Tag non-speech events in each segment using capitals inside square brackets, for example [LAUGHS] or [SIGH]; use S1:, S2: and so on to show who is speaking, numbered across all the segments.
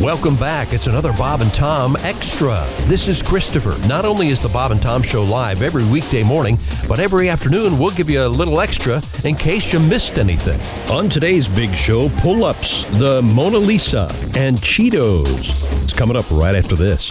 S1: Welcome back. It's another Bob and Tom Extra. This is Christopher. Not only is the Bob and Tom Show live every weekday morning, but every afternoon we'll give you a little extra in case you missed anything. On today's big show, pull ups, the Mona Lisa, and Cheetos. It's coming up right after this.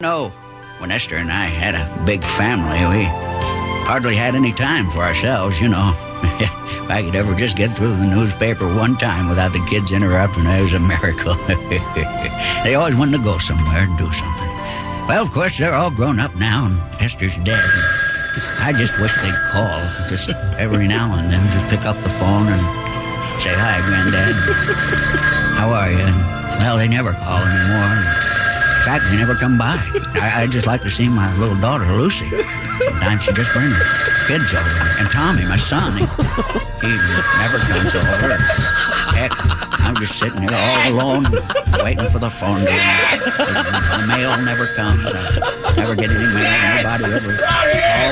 S2: No. When Esther and I had a big family, we hardly had any time for ourselves, you know. [LAUGHS] if I could ever just get through the newspaper one time without the kids interrupting, it was a miracle. [LAUGHS] they always wanted to go somewhere and do something. Well, of course, they're all grown up now, and Esther's dead. I just wish they'd call just every now and then, just pick up the phone and say, Hi, Granddad. How are you? And, well, they never call anymore. In fact, they never come by. I, I just like to see my little daughter, Lucy. Sometimes she just brings her kids over. And Tommy, my son, he, he never comes over. Heck, I'm just sitting here all alone, waiting for the phone to ring. The mail never comes. I never get any mail. Nobody ever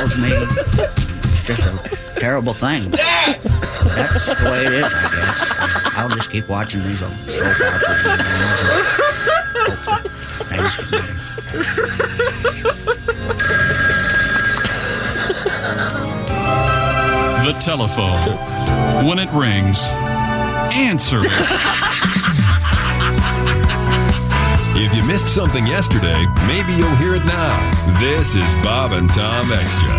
S2: calls me. It's just a terrible thing. That's the way it is, I guess. I'll just keep watching these old soap operas and things and hope that things get better.
S3: The telephone. When it rings, answer it.
S4: If you missed something yesterday, maybe you'll hear it now. This is Bob and Tom Extra.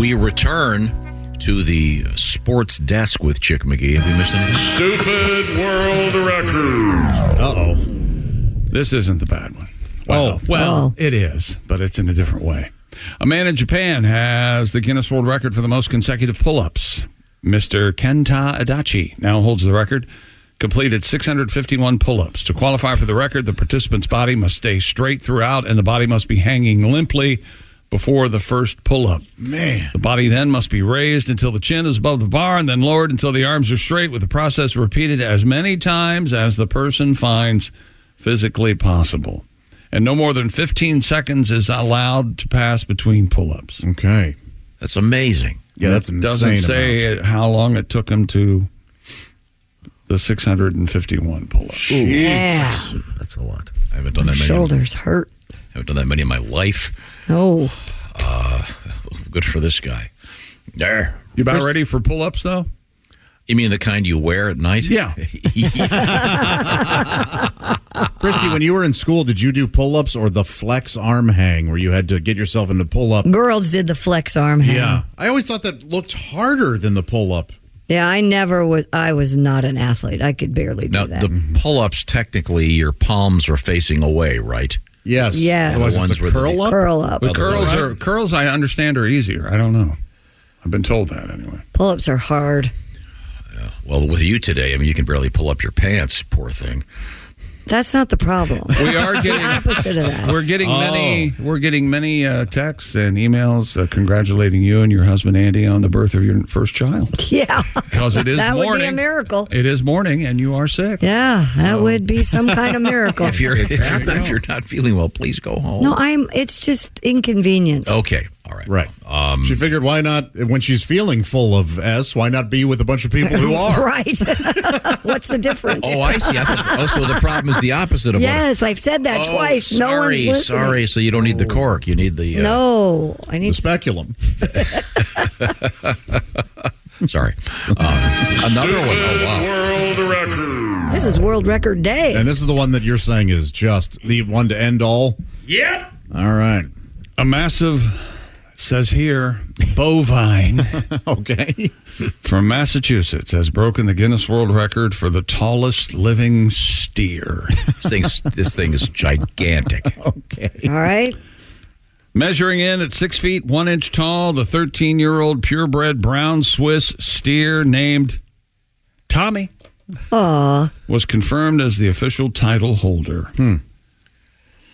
S5: We return to the sports desk with Chick McGee. Have we missed anything?
S6: Stupid World Records.
S5: Uh oh.
S6: This isn't the bad one.
S5: Wow.
S6: Oh, well, it is, but it's in a different way. A man in Japan has the Guinness World Record for the most consecutive pull ups. Mr. Kenta Adachi now holds the record, completed 651 pull ups. To qualify for the record, the participant's body must stay straight throughout and the body must be hanging limply before the first pull up.
S5: Man.
S6: The body then must be raised until the chin is above the bar and then lowered until the arms are straight, with the process repeated as many times as the person finds physically possible. And no more than 15 seconds is allowed to pass between pull ups.
S7: Okay.
S5: That's amazing.
S7: Yeah, that's insane.
S6: Doesn't say it- how long it took him to the 651 pull ups.
S8: Yeah.
S5: That's a lot. I haven't done that many.
S8: Shoulders hurt.
S5: haven't done that many in my life. Uh,
S8: Oh,
S5: Good for this guy. There.
S6: You about ready for pull ups, though?
S5: You mean the kind you wear at night? [LAUGHS]
S6: Yeah.
S7: Christy, when you were in school, did you do pull ups or the flex arm hang where you had to get yourself into pull up?
S9: Girls did the flex arm hang.
S7: Yeah. I always thought that looked harder than the pull up.
S9: Yeah, I never was. I was not an athlete. I could barely do
S5: Now,
S9: that.
S5: the pull ups, technically, your palms are facing away, right?
S7: Yes.
S9: Yeah.
S7: Otherwise,
S5: The
S7: it's a
S5: ones with the-
S7: curl up.
S9: Curl up.
S6: But
S5: Otherwise-
S6: curls are curls. I understand are easier. I don't know. I've been told that anyway.
S9: Pull ups are hard.
S5: Well, with you today, I mean, you can barely pull up your pants, poor thing.
S9: That's not the
S5: [LAUGHS]
S9: problem.
S6: We are
S7: [LAUGHS]
S6: getting
S9: Opposite of that.
S6: we're getting
S7: Oh.
S6: many we're getting many uh, texts and emails uh, congratulating you and your husband Andy on the birth of your first child
S9: [LAUGHS] Yeah.
S6: because it
S9: [LAUGHS]
S6: is
S9: That would be a
S6: morning.
S9: miracle.
S6: It is morning and you are sick.
S9: Yeah, that would be some kind of miracle.
S5: [LAUGHS] If you're, if, you're, if you're not feeling well, please go home.
S9: no, I'm. It's just inconvenience. [LAUGHS]
S5: Okay. All right. Um,
S7: Right. she figured, why not, when she's feeling full of S, why not be with a bunch of
S9: [LAUGHS]
S7: people who are?
S9: Right. What's the difference?
S5: Oh, I see. I thought, oh, so the problem is the opposite of what.
S9: yes, I've said that
S5: Oh,
S9: twice.
S5: Sorry,
S9: no one's listening.
S5: sorry. So you don't need the cork. You need the. Uh,
S9: No, I
S7: The
S9: need.
S7: speculum.
S5: Sorry. Um, another one. Oh, wow.
S9: This is World Record Day.
S7: And this is the one that you're saying is just the one to end all.
S6: Yep.
S7: All right. [LAUGHS]
S6: A massive it says here bovine
S7: Okay.
S6: from Massachusetts has broken the Guinness World Record for the tallest living steer.
S5: This, thing's, this thing is gigantic.
S9: All right.
S6: Measuring in at six feet one inch tall, the 13 year old purebred brown Swiss steer named Tommy was confirmed as the official title holder.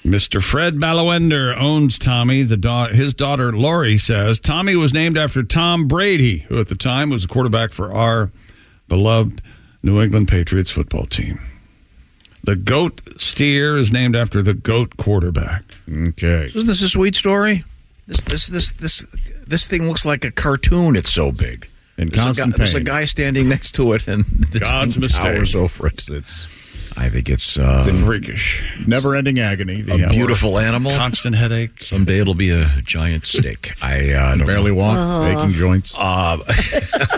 S6: Mr. Fred Ballowender owns Tommy. The da- his daughter Laurie says Tommy was named after Tom Brady, who at the time was a quarterback for our beloved New England Patriots football team. The goat steer is named after the goat quarterback.
S7: Okay.
S5: Isn't this a sweet story? This this this this this thing looks like a cartoon. It's so big. there's, a
S7: In
S5: guy,
S7: constant
S5: there's a
S7: pain.
S5: guy standing next to it, and [LAUGHS] this
S6: God's
S5: thing
S6: mistake.
S5: towers over it.
S7: It's
S5: I think it's, uh,
S6: Freakish.
S7: never ending agony.
S5: a
S7: The
S5: beautiful animal.
S6: constant headache.
S5: Someday it'll be a giant snake. I uh, don't
S7: barely
S5: know.
S7: walk,
S9: Uh-huh.
S7: aching joints.
S6: Uh,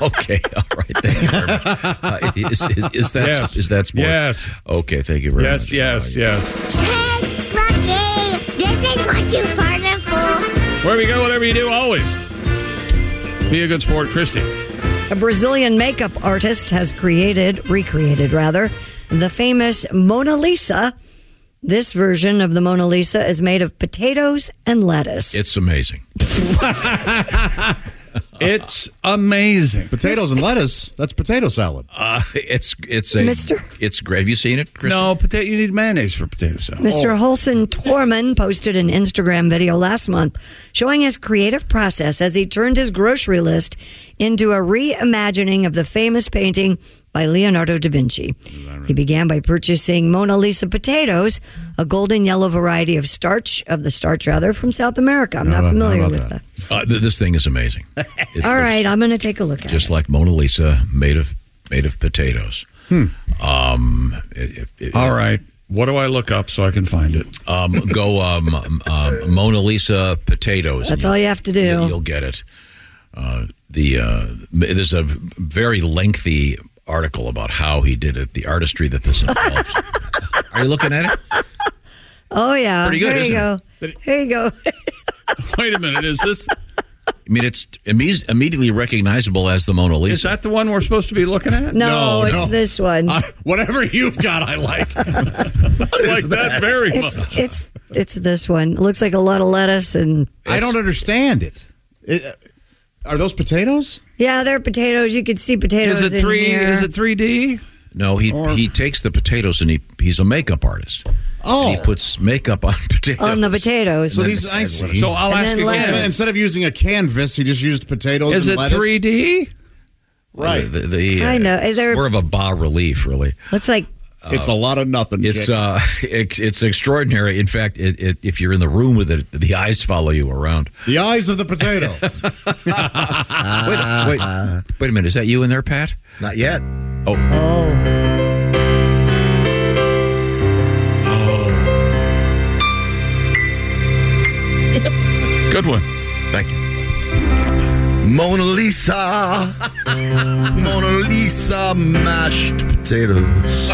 S5: okay, all right. Thank you very much. Uh, is, is, is that
S6: Yes.
S5: is that sports?
S6: Yes.
S5: Okay, thank you very
S6: Yes,
S5: much.
S6: yes,
S5: Uh,
S6: yes.
S10: Ted Bucky, this is what you farted for.
S6: Where we go, whatever you do, always be a good sport, Christy.
S9: A Brazilian makeup artist has created, recreated rather, the famous Mona Lisa. This version of the Mona Lisa is made of potatoes and lettuce.
S5: It's amazing.
S6: It's amazing.
S7: Potatoes and lettuce. That's potato salad.
S5: Uh, [LAUGHS] it's it's a
S9: Mister?
S5: It's great. Have you seen it? Chris?
S6: No, potato. You need mayonnaise for potato salad.
S9: Mr. Holson Torman posted an Instagram video last month showing his creative process as he turned his grocery list into a reimagining of the famous painting by Leonardo da Vinci. He began by purchasing Mona Lisa potatoes, a golden yellow variety of starch, of the starch rather, from South America. I'm not familiar with that.
S5: Uh, th- this thing is amazing. It-
S9: All right, I'm going to take a look at
S5: just
S9: it.
S5: like Mona Lisa, made of made of potatoes. Um, it- it-
S6: Hmm. All right. What do I look up so I can find it?
S5: um, go um, um, um, Mona Lisa potatoes.
S9: That's all you have to
S7: [LAUGHS]
S9: do.
S5: You'll, you'll get it. Uh, the uh, there's a very lengthy article about how he did it, the artistry that this involves. [LAUGHS] Are you looking at it?
S9: Oh, yeah.
S5: Pretty good,
S9: there you
S5: isn't
S9: go. There you go.
S6: [LAUGHS] Wait a minute. Is [LAUGHS] this
S5: I mean, it's imme- immediately recognizable as the Mona
S6: is
S5: Lisa.
S6: that the one we're supposed to be looking at? [LAUGHS]
S9: No,
S7: No,
S9: it's
S7: no.
S9: this one.
S7: [LAUGHS] I, Uh, whatever you've got, I like.
S9: [LAUGHS]
S6: like that very
S9: it's,
S6: much.
S9: it's, it's this one. It looks like a lot of lettuce and
S7: [LAUGHS] I don't understand it. It- uh, are those potatoes?
S9: Yeah, they're potatoes. You could see potatoes
S6: Is it
S9: in
S6: three?
S9: here.
S6: Is it three D?
S5: no, he he takes the potatoes and he he's a makeup artist.
S7: Oh.
S5: and he puts makeup on [LAUGHS] potatoes.
S9: on the potatoes?
S7: So these I see.
S6: So I'll
S9: And
S6: ask
S9: then
S6: again.
S9: lettuce.
S7: instead of using a canvas, he just used potatoes
S6: Is
S7: and
S6: it
S7: lettuce.
S6: three D?
S7: Right.
S5: The, the,
S9: I know. Is there-
S5: it's more of a bas relief, really.
S9: looks like
S7: Um, it's a lot of nothing.
S5: It's
S7: Jake.
S5: uh, [LAUGHS] it's, it's extraordinary. In fact, it, it, if you're in the room with it, the eyes follow you around.
S7: the eyes of the potato. [LAUGHS]
S5: Wait, wait, wait a minute. Is that you in there, Pat?
S11: Not yet.
S9: oh,
S6: Good one.
S5: Thank you.
S11: Mona Lisa. Mona Lisa mashed potatoes.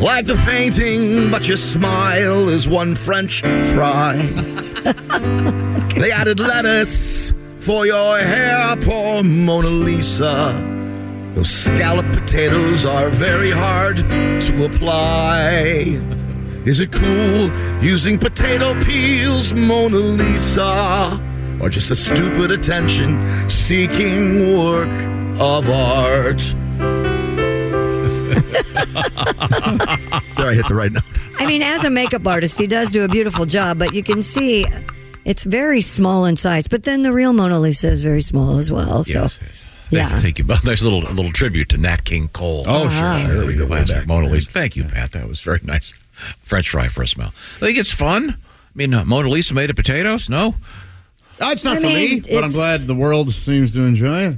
S11: Like the painting, but your smile is one French fry. they added lettuce for your hair, poor Mona Lisa. Those scallop potatoes are very hard to apply. Is it cool using potato peels, Mona Lisa? Or just a stupid attention seeking work of art? there, I hit the right note.
S9: I mean, as a makeup artist, he does do a beautiful job, but you can see it's very small in size. But then the real Mona Lisa is very small as well. So,
S5: Yes,
S9: yeah.
S5: Thank you. Bob. There's a little a little tribute to Nat King Cole.
S9: Oh, sure, Ah. sure.
S5: There
S9: We
S5: we
S9: go
S5: go.
S9: way
S5: Classic
S9: back.
S5: Mona Lisa. Thank you, Pat. That was very nice. French fry for a smell. I think it's fun. I mean, uh, Mona Lisa made of potatoes. No,
S7: That's Uh, not
S5: I
S7: for
S5: mean,
S7: me, but I'm
S5: it's-
S7: glad the world seems to enjoy it.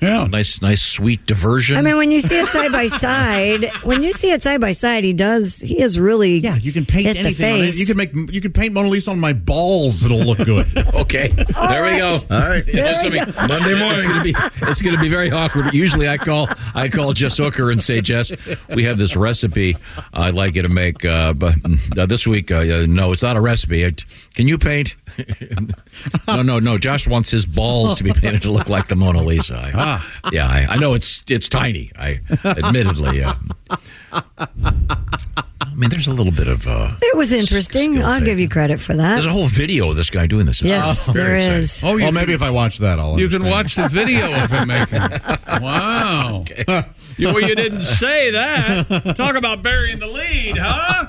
S6: Yeah,
S5: nice, nice, sweet diversion.
S9: Oh. I mean, when you see it side by
S7: [LAUGHS]
S9: side, when you see it side by side, he does. He is really yeah.
S7: You can paint
S9: hit the
S7: anything. On it.
S9: face.
S7: You can make you can paint Mona Lisa on my balls. It'll look [LAUGHS] good.
S5: okay, there we go.
S7: All right.
S5: Yeah,
S7: There
S5: so
S7: we
S5: I mean,
S7: go.
S5: Monday morning. It's gonna, be, it's gonna be very awkward. Usually, I call I call Jess Hooker and say, Jess, we have this recipe. I'd like you to make, uh, but uh, this week, uh, uh, no, it's not a recipe. It, can you paint? [LAUGHS] no, no, no. Josh wants his balls to be painted to look like the Mona Lisa. I, Yeah, I, I know it's it's tiny. I admittedly. Um, I mean, there's a little bit of. Uh,
S9: It was interesting. I'll give you credit for that.
S5: there's a whole video of this guy doing this. It's
S9: Yes,
S5: very
S9: there
S5: exciting.
S9: is. Oh, you Well, maybe can-
S7: if I watch that, I'll.
S6: You can watch the video of him making. [LAUGHS] it. Wow. You, well, you didn't say that. Talk about burying the lead, huh?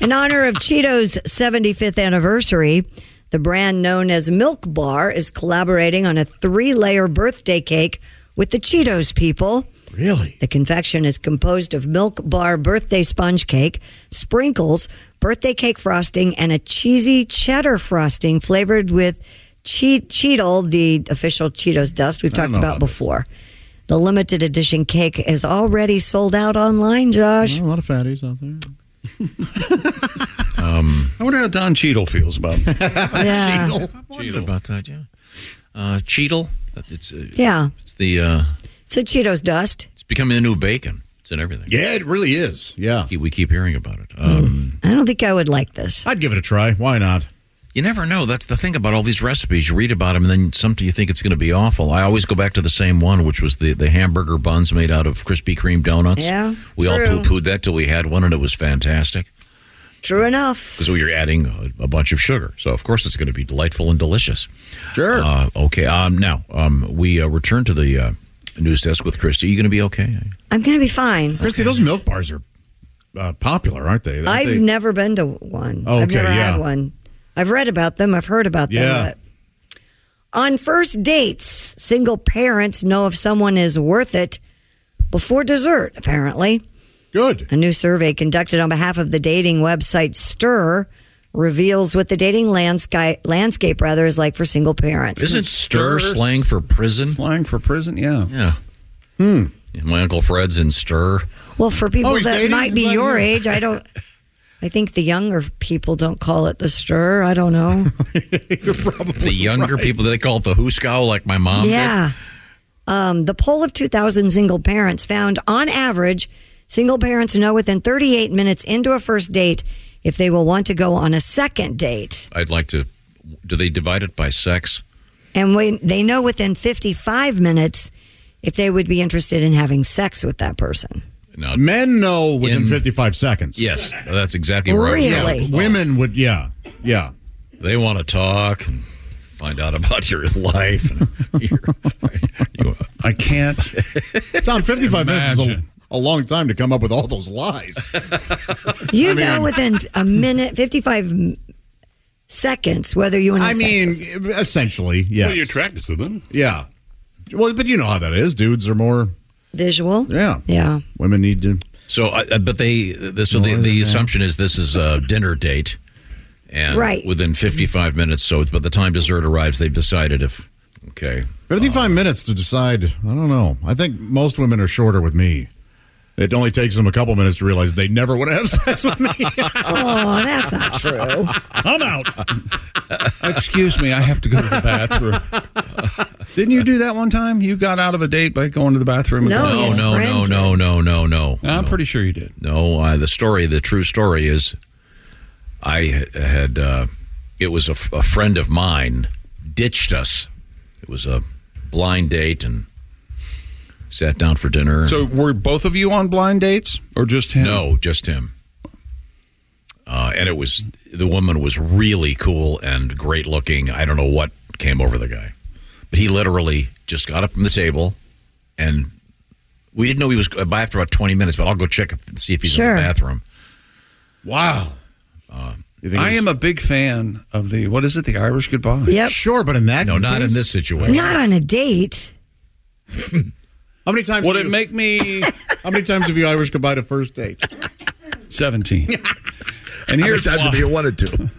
S9: In honor of Cheeto's 75th anniversary, the brand known as Milk Bar is collaborating on a three layer birthday cake with the Cheetos people.
S7: Really?
S9: The confection is composed of Milk Bar birthday sponge cake, sprinkles, birthday cake frosting, and a cheesy cheddar frosting flavored with che- Cheetle, the official Cheetos dust we've
S12: I don't
S9: talked
S12: know
S9: about,
S12: about this.
S9: before. The limited edition cake is already sold out online, Josh.
S7: a lot of fatties out there.
S6: Um, I wonder how Don Cheadle feels about it.
S9: Yeah.
S5: Cheadle. I wondered about that. Yeah. Uh, Cheadle. It's uh,
S9: Yeah.
S5: It's the uh,
S9: It's a Cheetos dust.
S5: it's becoming the new bacon. It's in everything.
S7: Yeah, it really is. Yeah.
S5: We keep, we keep hearing about it. Um,
S9: I don't think I would like this.
S7: I'd give it a try. Why not?
S5: You never know. That's the thing about all these recipes. You read about them, and then something you think it's going to be awful. I always go back to the same one, which was the, the hamburger buns made out of Krispy Kreme donuts.
S9: Yeah,
S5: we
S9: true.
S5: all poo pooed that till we had one, and it was fantastic
S9: True enough. because
S5: we were adding a, a bunch of sugar. So of course it's going to be delightful and delicious.
S7: Sure.
S5: Uh, okay. Um, now um, we uh, return to the uh, news desk with Christy. Are you going to be okay?
S9: I'm going to be fine.
S7: Christy, those milk bars are uh, popular, aren't they? Aren't
S9: I've
S7: they-
S9: never been to one.
S7: Oh,
S9: I've
S7: okay,
S9: never
S7: yeah.
S9: had one. I've read about them. I've heard about them.
S7: Yeah.
S9: but- On first dates, single parents know if someone is worth it before dessert, apparently.
S7: Good.
S9: A new survey conducted on behalf of the dating website Stir reveals what the dating landscape landscape rather is like for single parents.
S5: Isn't stir slang for prison?
S6: Slang for prison, yeah.
S5: Yeah.
S9: Hmm.
S5: My uncle Fred's in stir.
S9: Well, for people
S7: Oh, he's
S9: that
S7: dating?
S9: might be
S7: Glad to
S9: your
S7: hear.
S9: age, I don't. I think the younger people don't call it the stir. I don't
S7: [LAUGHS]
S9: know.
S5: the younger people they call it the hooskow, like my mom. did.
S9: yeah. Um, the poll of 2,000 single parents found, on average, single parents know within 38 minutes into a first date if they will want to go on a second date,
S5: I'd like to. Do they divide it by sex?
S9: and when they know within 55 minutes if they would be interested in having sex with that person.
S7: Men know within 55 seconds.
S5: Yes, that's exactly where I was.
S7: Yeah, women would, yeah. Yeah.
S5: They want to talk and find out about your [LAUGHS] life.
S6: I can't.
S7: Tom, 55 minutes is a,
S6: Imagine.
S7: a long time to come up with all those lies.
S9: You
S7: I mean-
S9: know within a minute, 55 m- seconds, whether you want to
S7: I mean, essentially, yes.
S13: Well, you're attracted to them.
S7: Yeah. Well, but you know how that is. Dudes are more.
S9: visual.
S7: Yeah. [LAUGHS]
S9: Yeah.
S7: Women need to.
S5: So, I I- but they this so the,
S7: More than
S5: the
S7: that.
S5: assumption is this is a dinner date, and
S7: Right.
S5: within fifty five minutes. So, by the time dessert arrives, they've decided if okay.
S7: 55 minutes to decide. I don't know. I think most women are shorter with me. It only takes them a couple minutes to realize they never want to have [LAUGHS] sex with me.
S9: oh, that's not true.
S6: [LAUGHS] I'm out. Excuse me, I have to go to the bathroom. Didn't you do that one time? You got out of a date by going to the bathroom. and-
S5: no, Oh, no, no, no, no, no, no.
S6: I'm pretty sure you did.
S5: No, uh, the story, the true story is, I h- had uh, it was a, f- a friend of mine ditched us. It was a blind date and sat down for dinner.
S6: So were both of you on blind dates, or just him?
S5: No, just him. Uh, and it was the woman was really cool and great looking. I don't know what came over the guy, but he literally just got up from the table, and we didn't know he was by after about twenty minutes. But I'll go check and see if he's
S6: Sure.
S5: in the bathroom.
S6: Wow.
S7: Uh,
S5: think
S6: I
S5: it was-
S6: am a big fan of the what is it? The Irish goodbye.
S9: Yep.
S7: Sure, but in that
S5: no, not in this situation.
S9: Not on a date.
S7: How many times
S6: would it make me?
S7: How many times have you Irish goodbye to first date?
S6: Seventeen. And
S7: How many
S6: here's
S7: times have
S6: why.
S7: you
S11: wanted to?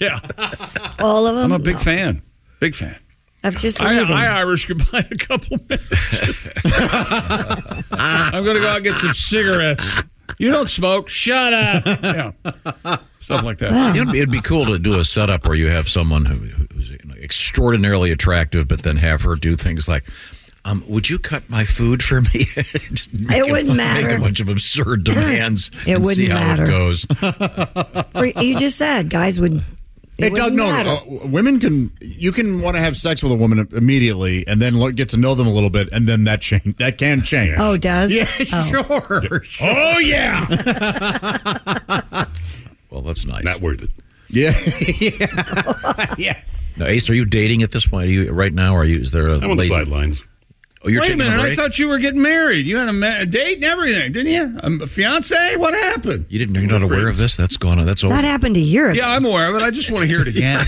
S6: yeah,
S9: All of them.
S6: I'm a big
S9: No.
S6: fan. Big fan.
S9: Of just
S6: I,
S9: leaving.
S6: I Irish goodbye in a couple minutes. I'm going to go out and get some cigarettes. You don't smoke. Shut up. Yeah. Stuff like that.
S5: It'd be, it'd be cool to do a setup where you have someone who, who's you know, extraordinarily attractive, but then have her do things like, um, "Would you cut my food for me?" [LAUGHS] Just make
S9: It wouldn't
S5: Make
S9: matter.
S5: a bunch of absurd demands.
S9: It
S5: and see
S9: wouldn't
S5: how
S9: matter.
S5: it goes.
S9: For- you just said guys would.
S7: It, does
S9: wouldn't
S7: no.
S9: matter.
S7: uh, women can you can want to have sex with a woman immediately and then look, get to know them a little bit and then that change that can change.
S9: Oh, it does?
S7: yeah,
S9: Oh.
S7: [LAUGHS] sure, sure.
S6: Oh yeah.
S5: Well, that's nice.
S11: Not worth it.
S7: Yeah. [LAUGHS]
S9: [LAUGHS]
S5: Now, Ace, are you dating at this point? Are you right now? Or are you? Is there a
S11: I'm on the
S5: lady-
S11: sidelines.
S5: Oh, you're
S6: Wait a
S5: taking
S6: minute.
S5: a
S6: I
S5: break.
S6: thought you were getting married. You had a, ma- a date and everything, didn't you? Um, A fiance? What happened?
S5: you didn't. You're not aware of this. That's gone. on. That's over.
S9: That happened a year ago.
S6: Yeah, I'm aware of it. I just want to hear it again.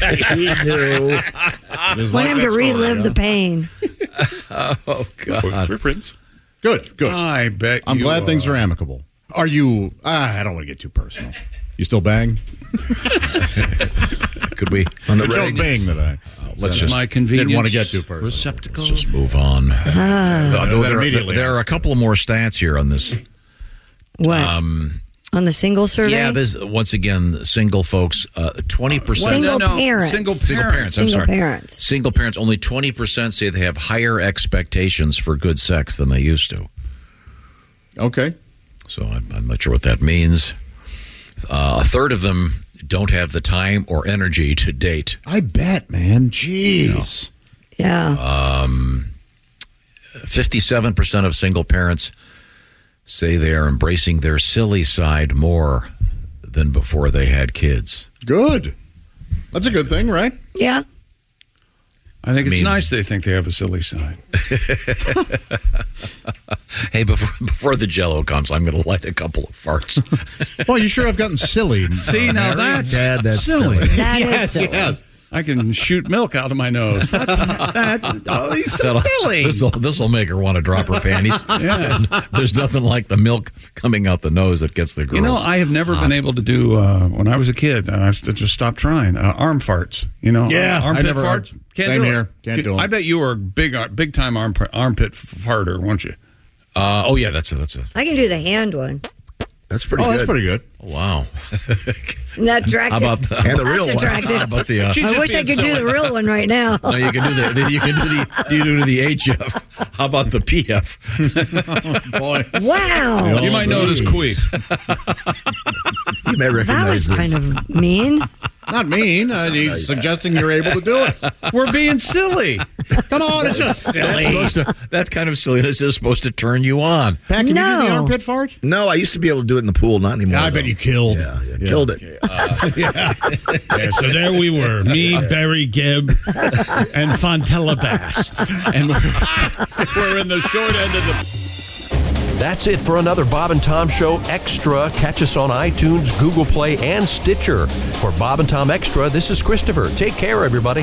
S9: Want him to relive the pain.
S5: oh
S11: We're,
S5: God.
S11: we're friends.
S7: Good,
S6: [LAUGHS]
S7: good.
S9: Uh,
S6: I bet.
S7: I'm
S6: you
S7: glad things are amicable. Are you? ah, I don't want to get too personal. You still bang?
S5: Could we?
S11: On the
S7: I
S11: ready.
S7: don't bang that I.
S5: Let's
S6: It's
S5: just
S6: my convenience.
S7: Didn't want to get too personal.
S11: Receptacle.
S5: let's just move on.
S9: Uh-huh.
S5: Although
S7: that
S5: there, are,
S7: immediately
S5: there are a
S7: asked.
S5: couple more stats here on this.
S9: What?
S5: Um,
S9: on the single survey?
S5: Yeah, there's once again single folks. uh, Twenty percent
S9: Single parents.
S6: Single parents.
S5: single parents. I'm
S9: Single
S5: sorry,
S9: parents.
S5: Single parents. Only twenty percent say they have higher expectations for good sex than they used to.
S7: Okay.
S5: So I'm, I'm not sure what that means. Uh, a third of them don't have the time or energy to date.
S7: I bet, man. Jeez.
S9: yeah.
S5: Uh, Fifty-seven percent of single parents say they are embracing their silly side more than before they had kids.
S7: Good. That's a good thing, right?
S9: yeah.
S6: I think it's
S5: mean-
S6: nice they think they have a silly side.
S5: Hey, before [LAUGHS] before the Jello comes, I'm going to light a couple of farts.
S7: Well, you sure have gotten [LAUGHS]
S6: [LAUGHS]
S7: silly.
S11: uh,
S6: See, now that's
S11: Dad, that's silly.
S9: That is silly.
S7: yes.
S6: I can shoot milk out of my nose. That's, that, oh, he's so
S5: That'll-
S6: silly.
S5: This'll this'll make her want to drop her panties.
S6: Yeah.
S5: And [LAUGHS] there's nothing like the milk coming out the nose that gets the girls.
S6: You know, I have never been able to do uh, when I was a kid, and I s- just stopped trying uh, arm farts. You know,
S7: Yeah,
S6: uh, armpit
S7: I never-
S6: farts.
S7: same
S6: do it.
S7: here. Can't do 'em.
S6: I bet you were a big, ar- big time arm, armpit f- farter, weren't you?
S5: uh, oh yeah, that's a that's a
S9: I can do the hand one.
S11: That's pretty
S7: Oh,
S11: good.
S7: that's pretty good.
S11: [LAUGHS]
S5: wow.
S9: Not attractive.
S5: How
S9: [LAUGHS]
S5: about the,
S11: And the real
S9: That's
S11: one.
S9: attractive.
S5: How about the? Uh,
S9: I wish I could do the real one right now.
S5: [LAUGHS]
S9: [LAUGHS]
S5: no, you can do the, the you can do the you do the HF. How about the PF?
S7: Oh,
S11: [LAUGHS]
S7: Boy.
S9: Wow.
S6: You might notice quick.
S11: You may
S9: That
S11: recognize
S9: was
S11: this.
S9: kind of mean.
S7: Not mean. Uh, he's suggesting you're able to do
S11: [LAUGHS]
S7: it.
S6: We're being silly.
S7: Come on, it's just
S5: That's
S7: silly.
S5: supposed to, that kind of silliness is supposed to turn you on.
S7: Pat, can you do the
S9: No.
S7: armpit fart?
S11: no, I used to be able to do it in the pool, not anymore.
S7: I
S11: though.
S7: bet you killed.
S11: Yeah, yeah, killed it.
S6: Yeah, so there we were, me, [LAUGHS] Barry Gibb, and Fontella Bass, and we're, [LAUGHS] we're in the short end of the.
S1: That's it for another Bob and Tom Show Extra. Catch us on iTunes, Google Play, and Stitcher. For Bob and Tom Extra, this is Christopher. Take care, everybody.